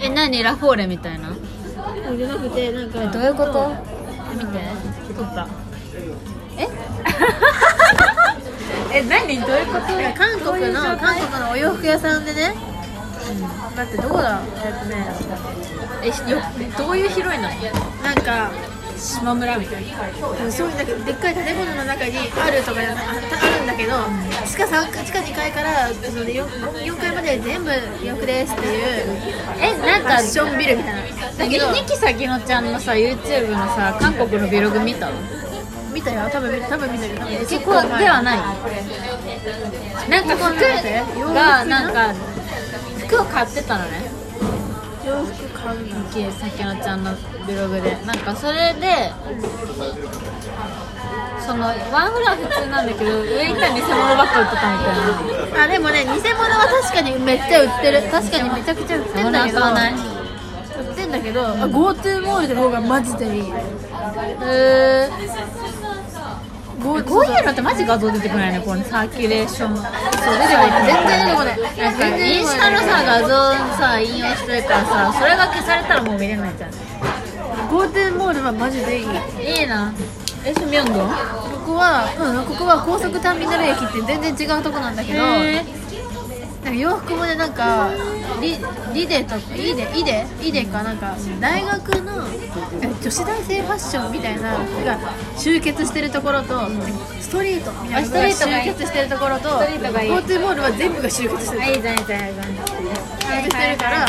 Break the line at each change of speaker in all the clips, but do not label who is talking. え何ラフォーレみたいな
じゃなくてなんか
どういうこと
見て撮った
え え何どういうこと
韓国の韓国のお洋服屋さんでね
だってどうだ
えっとね
えしよどういう広いの
なんか
島村みたいな
そういうなんかでっかい建物の中にあるとかじゃないああるんだけど地下三地下2階からその 4, 四階まで全部洋服ですっていう
えなん
フ
か
ァッションビルみたいなだけど
ニキサキノちゃんのさ YouTube のさ韓国のビログ見たの
見たよ多分見多分見てる多分
そこではないなんか服がなんか服を買ってたのね
洋服買うな
ニキサキノちゃんのブログでなんかそれでそのワンフロア普通なんだけど上行ったら偽物ばっか売ってたみたいな
あでもね偽物は確かにめっちゃ売ってる確かにめちゃくちゃ売ってんだけど
買わない
売ってんだけどあ GoTo モールの方がマジでいい
えこ
GoTo
ういうのってマジ画像出てこないねこのサーキュレーションそう出てこない
全然出てこない
なんかインスタのさ画像のさ引用してるからさそれが消されたらもう見れないじゃん
GoTo モールはマジでいい
いいなえそれミョンドン
ここは、うん、ここは高速ターミナル駅って全然違うとこなんだけどなんか洋服もねなんかリリデとかイデイデイデかなんか大学のえ女子大生ファッションみたいなのが集結してるところとストリートみたいなのが
あストリートがいい
集結してるところと
ストリートがいい
GoTo モールは全部が集結してる
あいいじゃんいいじゃんいいじゃん
集結してるから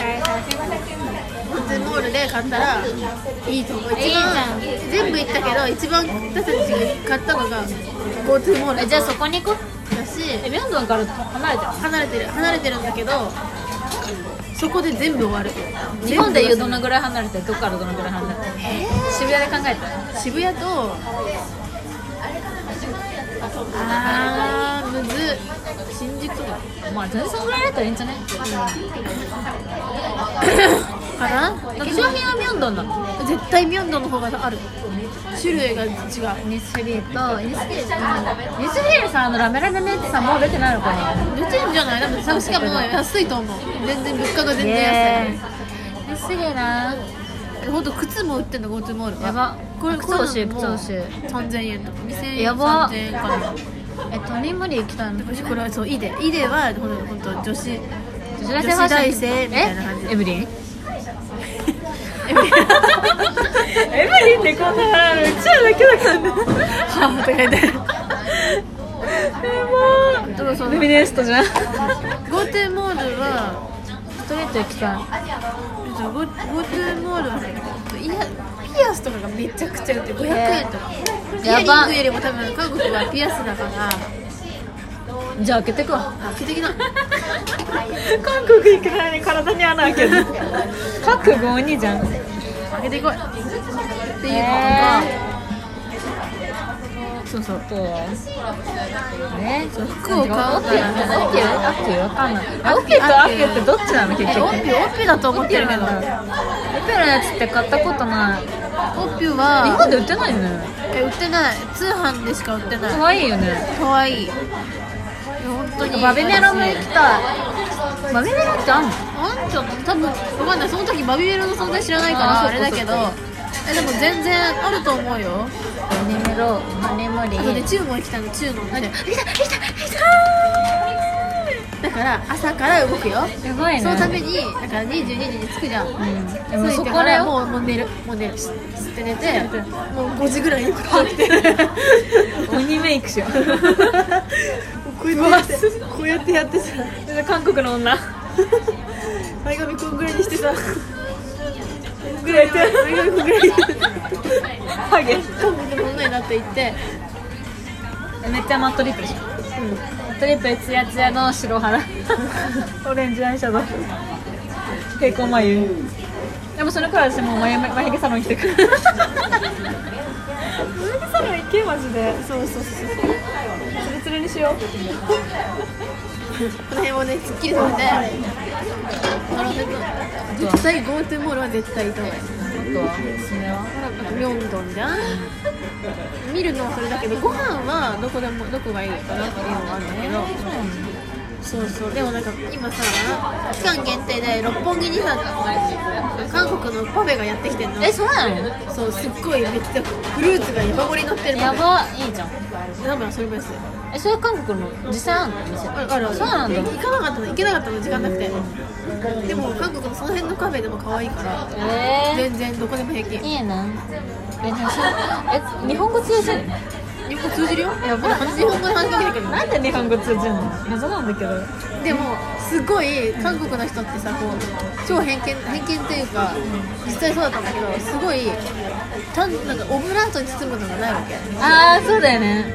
GoTo モールで買ったらいいと思う
いい
一
じゃ
番
ん
全部行ったけど一番私たちが買ったのが GoTo モール
えじゃあそこに行こう
だし
えミョンドンから離れてる
離れてる離れてるんだけどそこで全部終わる
日本でいうど
全部
のぐらい離れてるどっからどのぐらい離れてる
え
渋谷で考えた
ー渋谷とあーむず新宿とか
まあ全然そのぐらいだったらいいんじゃない
かな
化粧品はミョンドンなの
絶対ミョンドンの方がある種類が違う
ニスフリーとニスフリーニスフリーさあのラメラメメってさもう出てないのかな
出てんじゃないでもさしかも安いと思う全然物価が全然
安
安い
いニスフリーな
ほんと靴も売ってんの GoTo モールは
やば
これ
靴欲しい
こう
靴
いうのも
欲しい
3000円とか2000円
やば
3000円かな
え鳥森行きたいんだ
私これはそうイデイデはほんとほんと女子
女
女子大生みたいな感じ
えエブリンエブリンってこんなうちらだけだからね
ハーとか言って
やばーフェミニストじゃんス
GoTo モールは
トレート行きたい
えっと Go- GoTo モールはいやピアスとかがめちゃくちゃ売ってる500円とか、イヤ
やば
リングよりも多分韓国はピアスだから
じゃあ開けてくわ
あ的 な
韓国行くなのに体に穴開ける覚悟鬼じゃんっていう
開けてこいっていうのが、
のそうそうとねそう
服を買おうかな
オッケーオッケーオッケーわかんないオッケーとアッケーってどっちなの結
え
局
オッピュオッピュだと思ってるけど
オ
オ
ッピュのやつって買ったことない
ッピュ
日本
は
で売ってないよね
え売ってない通販でしか売ってない
可愛いよね
かわいいいや本当に
バビメロも行きたいバビメロってあんの
あんちょっと多分わかんないその時バビメロの存在知らないから
あー
あれだけど
そうか
えでも全然あると思うよ
バビメロマネモリ
あとねチューも行きたいのチューのお店
きた来た来
だから朝から動くよ
たすごいね
そのためにだから22時に着くじゃん
うんでも
着
そ
いて
こだ
から
よ
もうもう寝るもう寝るし吸って寝てもう5時ぐらいにパッ て
鬼メイクし よ
こうやってやってこうやってやってさ
う韓国の女
前髪こんぐらいにしてさぐらいやって前髪こんぐらいにして
ハゲ
韓国の女になっていって
めっちゃマットリップでしょマットリップツヤツヤの白肌 オレンジアイシャドウ蛍光眉でもその頃私もう眉眉眉毛サロン行きたくる眉毛サロン行けマジで
そうそうそう
ツルツルにしよう
この辺をねすっきりさせてあの絶対 GoTo モールは絶対行った方がいい
あとはおすすめは
ミョンドンじゃん見るのはそれだけどご飯はどこでもどこがいいかなっていうのはあるんだけどそうそうでもなんか今さ期間限定で六本木にさ韓国のパフェがやってきてんの
えそうなの
そうすっごいめっちゃフルーツが山盛り乗ってる
や
パフ
ばいいじゃん
ェ多分それもやつ
えそれ韓国の実際あんの店
あるあるある
そうなんだ
で行かなかったの行けなかったの時間なくてでも韓国のその辺のカフェでも可愛いから
え
全然どこでも平気
ー、いいなえでもそうえ日本語通じる
日本語通じるよいや僕日本語で話しかけてくるの
なんで日本語通じるの謎なんだけど
でもすごい韓国の人ってさこう超偏見偏見っていうか実際そうだったんだけどすごいたんなんかオブラートに包むのがないわけ
ああそうだよね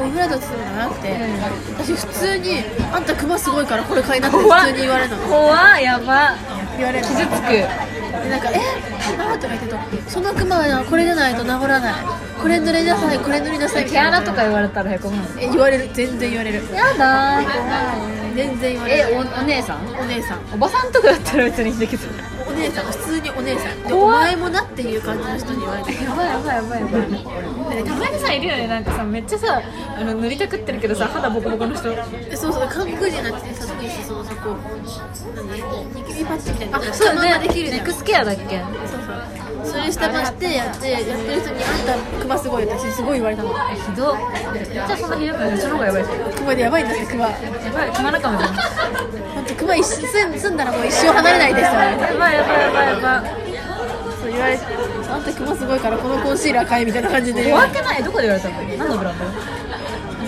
オブラートに包むのがなくて、
うん
私普通に「あんたクマすごいからこれ買いな」って普
怖っ
通に言われるの
怖っやば
言われるの
傷つく
でなんか「えあーとか言ってると「そのクマはこれじゃないと治らないこれ塗れなさいこれ塗りなさい」
毛穴とか言われたらへこむの
え言われる全然言われる
やだー
全然言われ
え
る
おお姉さん
お姉さん
おばさんとかだったら別にいいんだけど
お姉さん普通にお姉さんでお
怖い
前もなっていう感じの人に言われて
やばいやばいやばいやばいたまにさいるよねなんかさめっちゃさあの塗りたくってるけどさ肌ボコボコの人
でそうそう韓国人なんてさ特にそのそこ何ニキビパッチみたいな
あそう
だ
だね
できるじ
ネ
ゃ
ッ
ん
ク
そう
スケアだっけ
そうそれ下ましてやってやってる人にあんたクマすごいって私すごい言われたの
えひどっじゃあそんなひどくないそっちの方がやばいじゃん
クマでやばいんだってクマ
やばい決まらかもじゃん
だってクマ一緒住ん住んだらもう一生離れないですわ
やばいやばいやばいやばい
そう言われてあんたクマすごいからこのコンシーラー買えみたいな感じで言わ
怖
れて
くないどこで言われたの何のブ ランド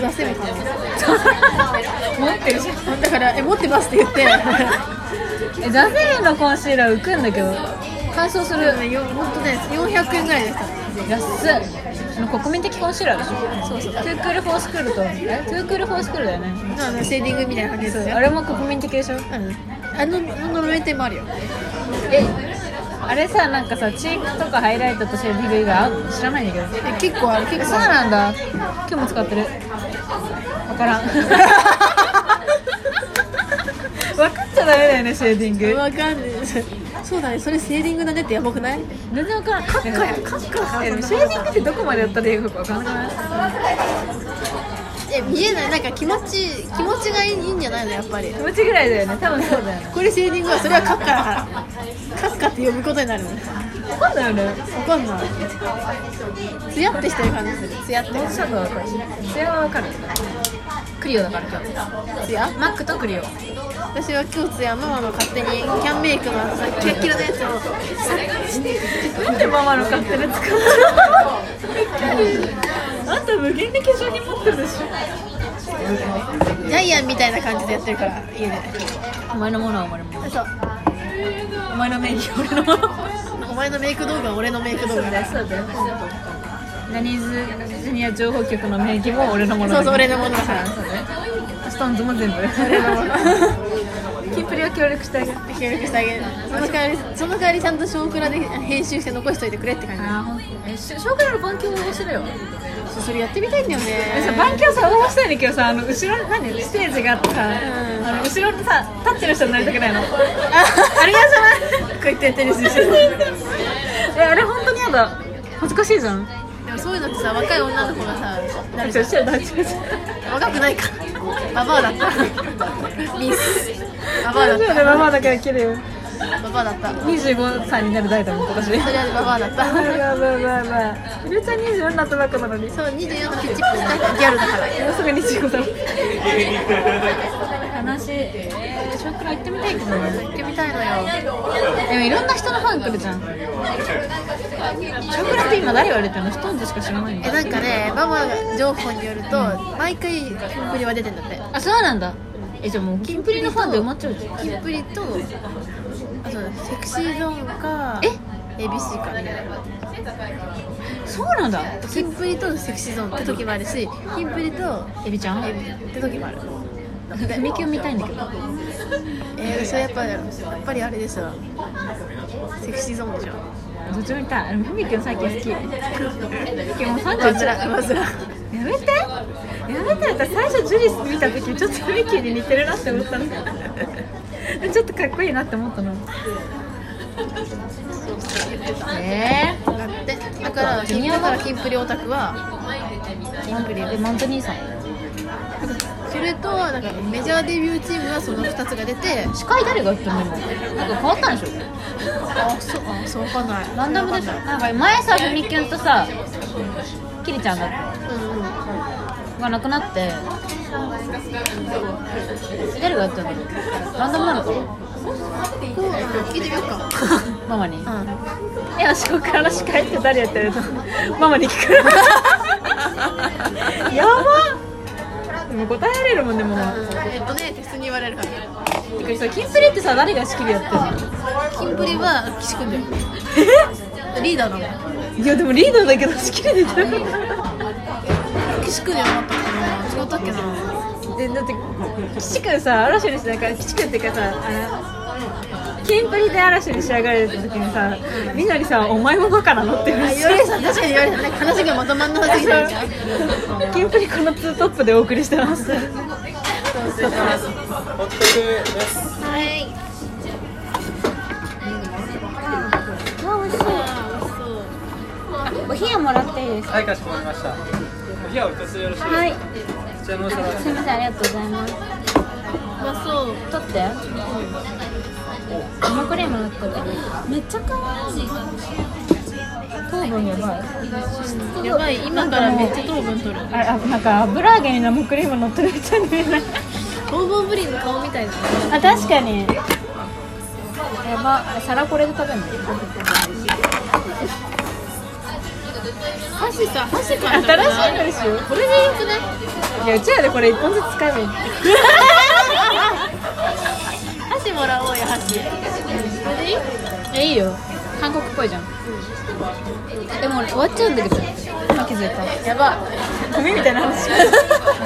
ザセミかな
持ってるじゃん
だからえ持ってますって言 って
えザゼーのコンシーラー浮くんだけど乾燥する
よ本当ね400円ぐらいでした
安いその国民的コンシーラーでしょ
そうそう
トゥークールフォースクールとえトゥークールフォースクールだよね
あのシェーディングみたいな感じですよ
あれも国民的でしょ
うんあのあの名店もあるよ
えあれさなんかさチークとかハイライトとシェーディング以外あんの知らないんだけど
え結構ある
え
結
そう
構ある
なんだ今日も使ってる分 からん分かっちゃダメだよねシェーディング
わかんねえそうだねそれシェーディングだねってやばくない
全然分からんカッカやカッカやシェーディングってどこまでやったらいいのか分からなくない
え見えないなんか気持ち気持ちがいいんじゃないのやっぱり
気持ちぐらいだよね多分そうだよね
これシェーディングはそれはカッカだからカッカって呼ぶことになるの
分かんないよね
わかんないツヤってしてる感じするツヤって
ノーシャドウは分かるツヤは分かるクリオだから今日
ツヤ
マックとクリオ
私は今日ツヤママの勝手にキャンメイクのさキラキラのやつをさ
なんでママの勝手に使うのあんた無限に化粧品持ってるでし
ジャイアンみたいな感じでやってるから家で
ょお前のものはお前のもの
そう
お前の名義俺のもの
お前のメイク動画は俺のメイク動画だ
そうだよジャニーズジュニア情報局の名義も俺のもの
そうそう俺のものだから
そうねストーンズも全部俺
のも
キンプリは協力してあげる
協力してあげるその代わりその代わりちゃんと「少クラ」で編集して残しといてくれって感じ
あほんえしょ小学校の番犬応募してるよ
そうそれやってみたいんだよ
えさ
ね
番犬さ応募したいんだけどさあの後ろに何ステージがあってさ、
ん
あの後ろにさ立ってる人になりたくないの
あれがじゃないこうやってやってるし
えあれ本当にやだ恥ずかしいじゃん
でもそういうのってさ若い女の子がさなるじゃ
後ろ大丈夫
ん若くないかババアだったミスババアだっ
だママだから切るよ
たババアだった
25歳になる代だもん今年
とりあえずババアだった
やばいやばいやばいゆるちゃん24になったばっかなのに
そう24のピッチピチだったギャルだから
もうすぐ25だ話えー、ショックラ行ってみたいけどね
行ってみたいのよ
でもいろんな人のファン来るじゃんショックラって今誰言われてるのストーンズしか知らないの
えなんかねママ情報によると毎回キンプリは出てんだって
あそうなんだえじゃあもうキンプリのファンで埋まっちゃうじゃん
キンプリとあそうだセクシーゾーンかえ ABC かみたいな
そうなんだ
キンプリとセクシーゾーンって時もあるしキンプリと
エビちゃん
えって時もある
ふみきゅん見たいんだけど
えー、それやっぱやっぱりあれですよセクシーゾーンでしょ
どっちも見たいふみきゅん最近好きふみきゅんもう
上面
31
上面
やめてやめて私最初ジュリス見た時ちょっとミキーに似てるなって思ったのちょっとかっこいいなって思ったのええ
だってだからキンだからキンプリオタクは
ー、キンプリでマント兄さん
キれとなんかメジャーデビューチームはその2つが出て
司会誰がやったの今なんか変わったんでしょ
あそうあそうわかんない
ランダムでしょなんか前さふみきゅんとさきりちゃんが
うんうん
がなくなって誰がやったのランダムなのか
こううん聞いてみようか
なママに
うん
いや、四国から司会って誰やってる のママに聞くやばでも答えられるもんね、ママ
えっとね普通に言われるから
てかさ、キンプリってさ、誰が仕切りやってる
キンプリは岸君だよリーダーなの
のいや、でもリーダーだけど仕切りできなかった
岸君じゃなかったっけな違ったっけな
え、だって、岸君さ、嵐にしながら、岸君っていうかさ、あのキンプリで嵐に仕上がれた時にさ、みなりさ、お前もバカなのって言わ
あ
れて
言われた確かに言われたなんか話がまとまんなさすぎたじゃん
キンプリこのツートップでお送りしてます
ホットクです。
は
わ、
い
美味しそうお冷やもらっていいです
はい、かしこまりました。お部屋を一つよろしいですか。
はい、
こちらのお皿です
みません、ありがとうございます。
うまそう
取って。生クリーム塗ってる。めっちゃ可愛い。糖分やばい。
やばい今からめっちゃ糖分取る
あ、あなんか油揚げに生クリーム乗ってるみたいに見えない。
ボーボーブリンの顔みたいだね
あ、確かに。やば、皿これで食べるの。
箸さ箸買った
新
ら
しいのでしょ
これでいいんじゃない
いや、うちらでこれ一本ずつ使えばいい。
箸もらおうよ箸これでいい
え、いいよ。韓国っぽいじゃん。でも、終わっちゃうんだけど。今気づいた。
やば
ゴミみたいな話忘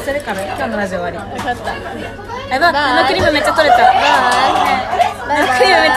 れるから今日のラジオ終わり
よかった
やばい生クリームめっちゃ取れた
バイバイ
生クリームめっちゃ